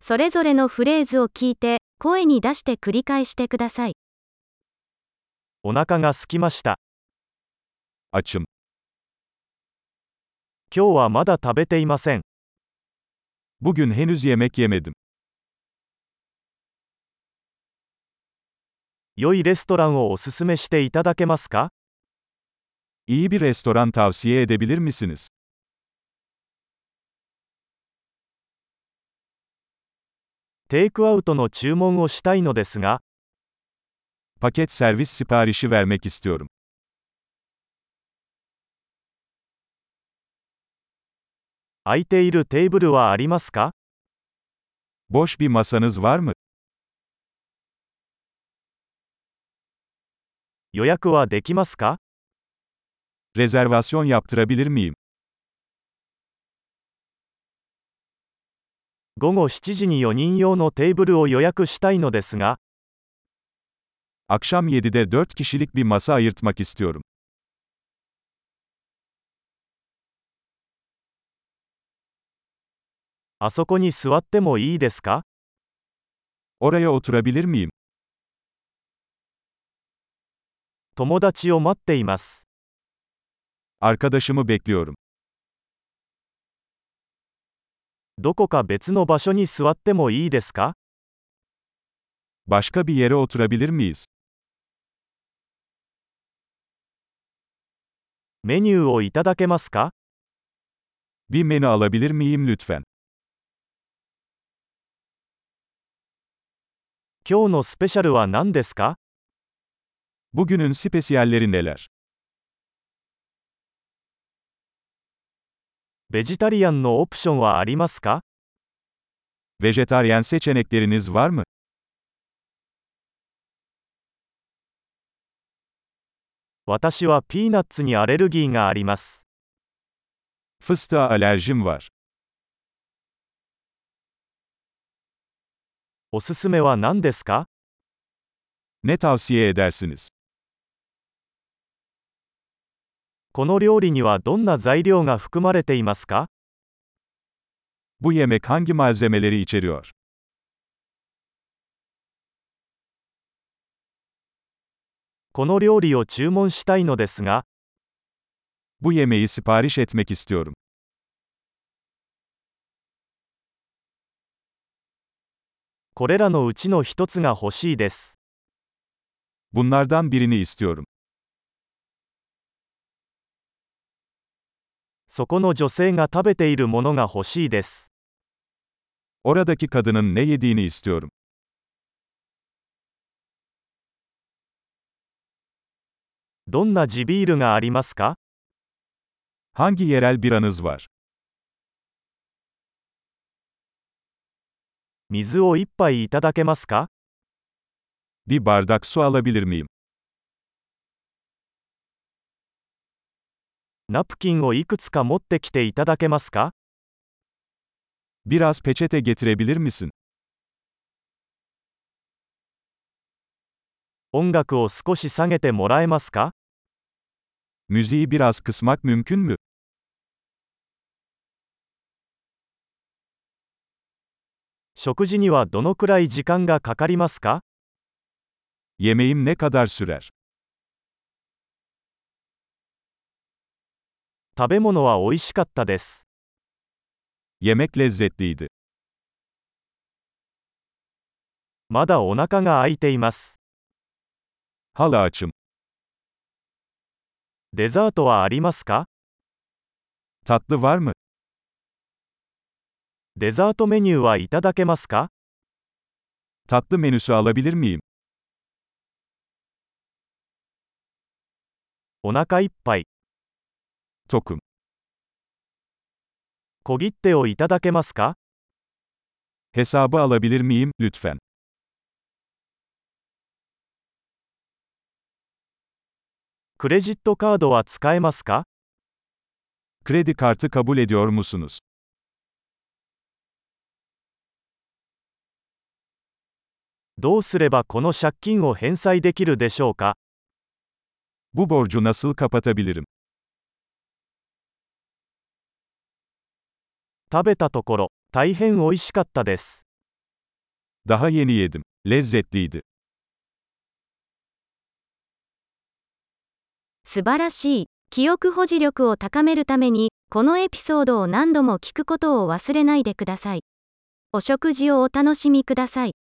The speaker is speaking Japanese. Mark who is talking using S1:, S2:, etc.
S1: それぞれのフレーズを聞いて、声に出して繰り返してください。
S2: お腹が空きました。あちゅ今日はまだ食べていません。Bugün henüz yemek yemedim. 良いレストランをおすすめしていただけますか
S3: İyi bir restoran tavsiye edebilir misiniz?
S2: テイクアウトの注文をしたいのですが、
S3: Paket servis siparişi vermek istiyorum.
S2: 空いているテーブルはありますか
S3: Boş bir masanız var mı?
S2: 予約はできますか
S3: Rezervasyon yaptırabilir miyim?
S2: 午後7時に4人用のテーブルを予約したいのですが、
S3: Akşam 7'de 4 kişilik bir masa ayırtmak istiyorum.
S2: あそこに座ってもいいですか
S3: Oraya oturabilir miyim?
S2: 友達を待っています。
S3: Arkadaşımı bekliyorum.
S2: どこか別の場所に座ってもいいですか
S3: Başka bir yere oturabilir miyiz?
S2: メニューをいただけますか
S3: Bir menü alabilir miyim lütfen?
S2: 今日のスペシャルは何ですか
S3: Bugünün spesiyalleri neler?
S2: ベジタリアンのオプションはありますか
S3: Vejetaryen seçenekleriniz var mı?
S2: 私はピーナッツにアレルギーがあります。
S3: Fıstığa alerjim var.
S2: おすすめは何ですか
S3: Ne tavsiye edersiniz?
S2: この料理にはどんな材料が含まれていますか
S3: Bu yemek hangi malzemeleri içeriyor?
S2: この料理を注文したいのですが、
S3: Bu yemeği sipariş etmek istiyorum.
S2: これらのうちの一つが欲しいです。
S3: Bunlardan birini istiyorum.
S2: そこの女性が食べているものが欲しいです。
S3: Oradaki kadının ne yediğini istiyorum.
S2: どんな地ビールがありますか
S3: Hangi yerel biranız var?
S2: 水を一杯いただけますか
S3: Bir bardak su alabilir miyim?
S2: ナプキンをいくつか持ってきていただけますか
S3: Biraz peçete getirebilir misin?
S2: 音楽を少し下げてもらえますか
S3: Müziği biraz kısmak mümkün mü?
S2: 食事にはどのくらい時間がかかりますか
S3: Yemeğim ne kadar sürer?
S2: 食べ物は美味しかったです。
S3: Yemek lezzetliydi.
S2: まだお腹が空いています。
S3: Hala açım.
S2: デザートはありますか
S3: Tatlı var mı?
S2: デザートメニューはいただけますか
S3: Tatlı menüsü alabilir miyim?
S2: お腹いっぱい。
S3: Tokum.
S2: 小切手をいただけますか
S3: Hesabı alabilir miyim lütfen?
S2: クレジットカードは使えますか
S3: Kredi kartı kabul ediyor musunuz?
S2: どうすればこの借金を返済できるでしょうか
S3: Bu borcu nasıl kapatabilirim?
S2: 食べたところ、大変美味しかったです。
S3: Daha yeni yedim. Lezzetliydi.
S1: 素晴らしい。記憶保持力を高めるために、このエピソードを何度も聞くことを忘れないでください。お食事をお楽しみください。